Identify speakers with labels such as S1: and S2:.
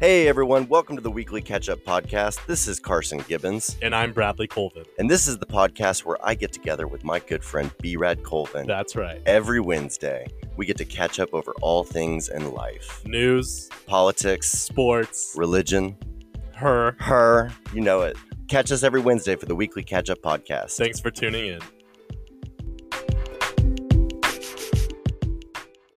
S1: Hey everyone, welcome to the weekly catch up podcast. This is Carson Gibbons,
S2: And I'm Bradley Colvin.
S1: and this is the podcast where I get together with my good friend B Rad Colvin.
S2: That's right.
S1: Every Wednesday, we get to catch up over all things in life
S2: News,
S1: politics,
S2: sports,
S1: religion,
S2: her.
S1: her, you know it. Catch us every Wednesday for the weekly catch up podcast.
S2: Thanks for tuning in.